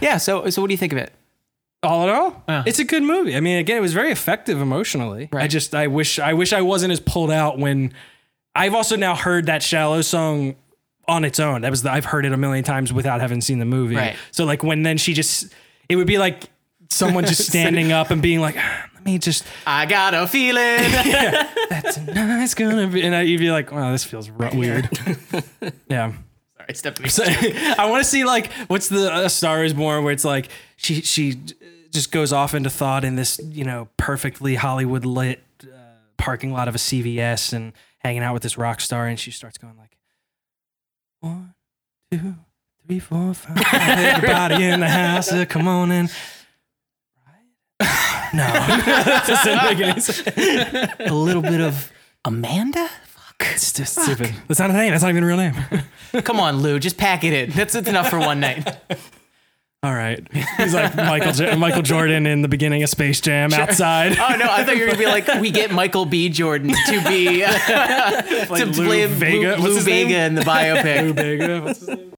Yeah. So, so what do you think of it? all in all, Yeah. it's a good movie. I mean, again, it was very effective emotionally. I Right. just I wish I wish I wasn't as pulled out when I've also now heard that shallow song on its own. That was the, I've heard it a million times without having seen the movie. Right. So like when then she just it would be like someone just standing up and being like, "Ah, let me just I got a feeling. that's nice gonna be and I, you'd be like, wow, this feels ru- weird. yeah. Sorry, Stephanie. So, I want to see like what's the uh, Star Is Born where it's like she she uh, just goes off into thought in this you know perfectly Hollywood lit uh, parking lot of a CVS and hanging out with this rock star and she starts going like one two three four five everybody in the house uh, come on in. No, that doesn't make any sense. A little bit of Amanda? it's just stupid. That's not a name. That's not even a real name. Come on, Lou. Just pack it in. That's, that's enough for one night. All right. He's like Michael J- Michael Jordan in the beginning of Space Jam outside. Oh no, I thought you were gonna be like, we get Michael B. Jordan to be to Like Lou play Lou Vega. Lou What's his name? Vega in the biopic. Lou Vega. What's his name?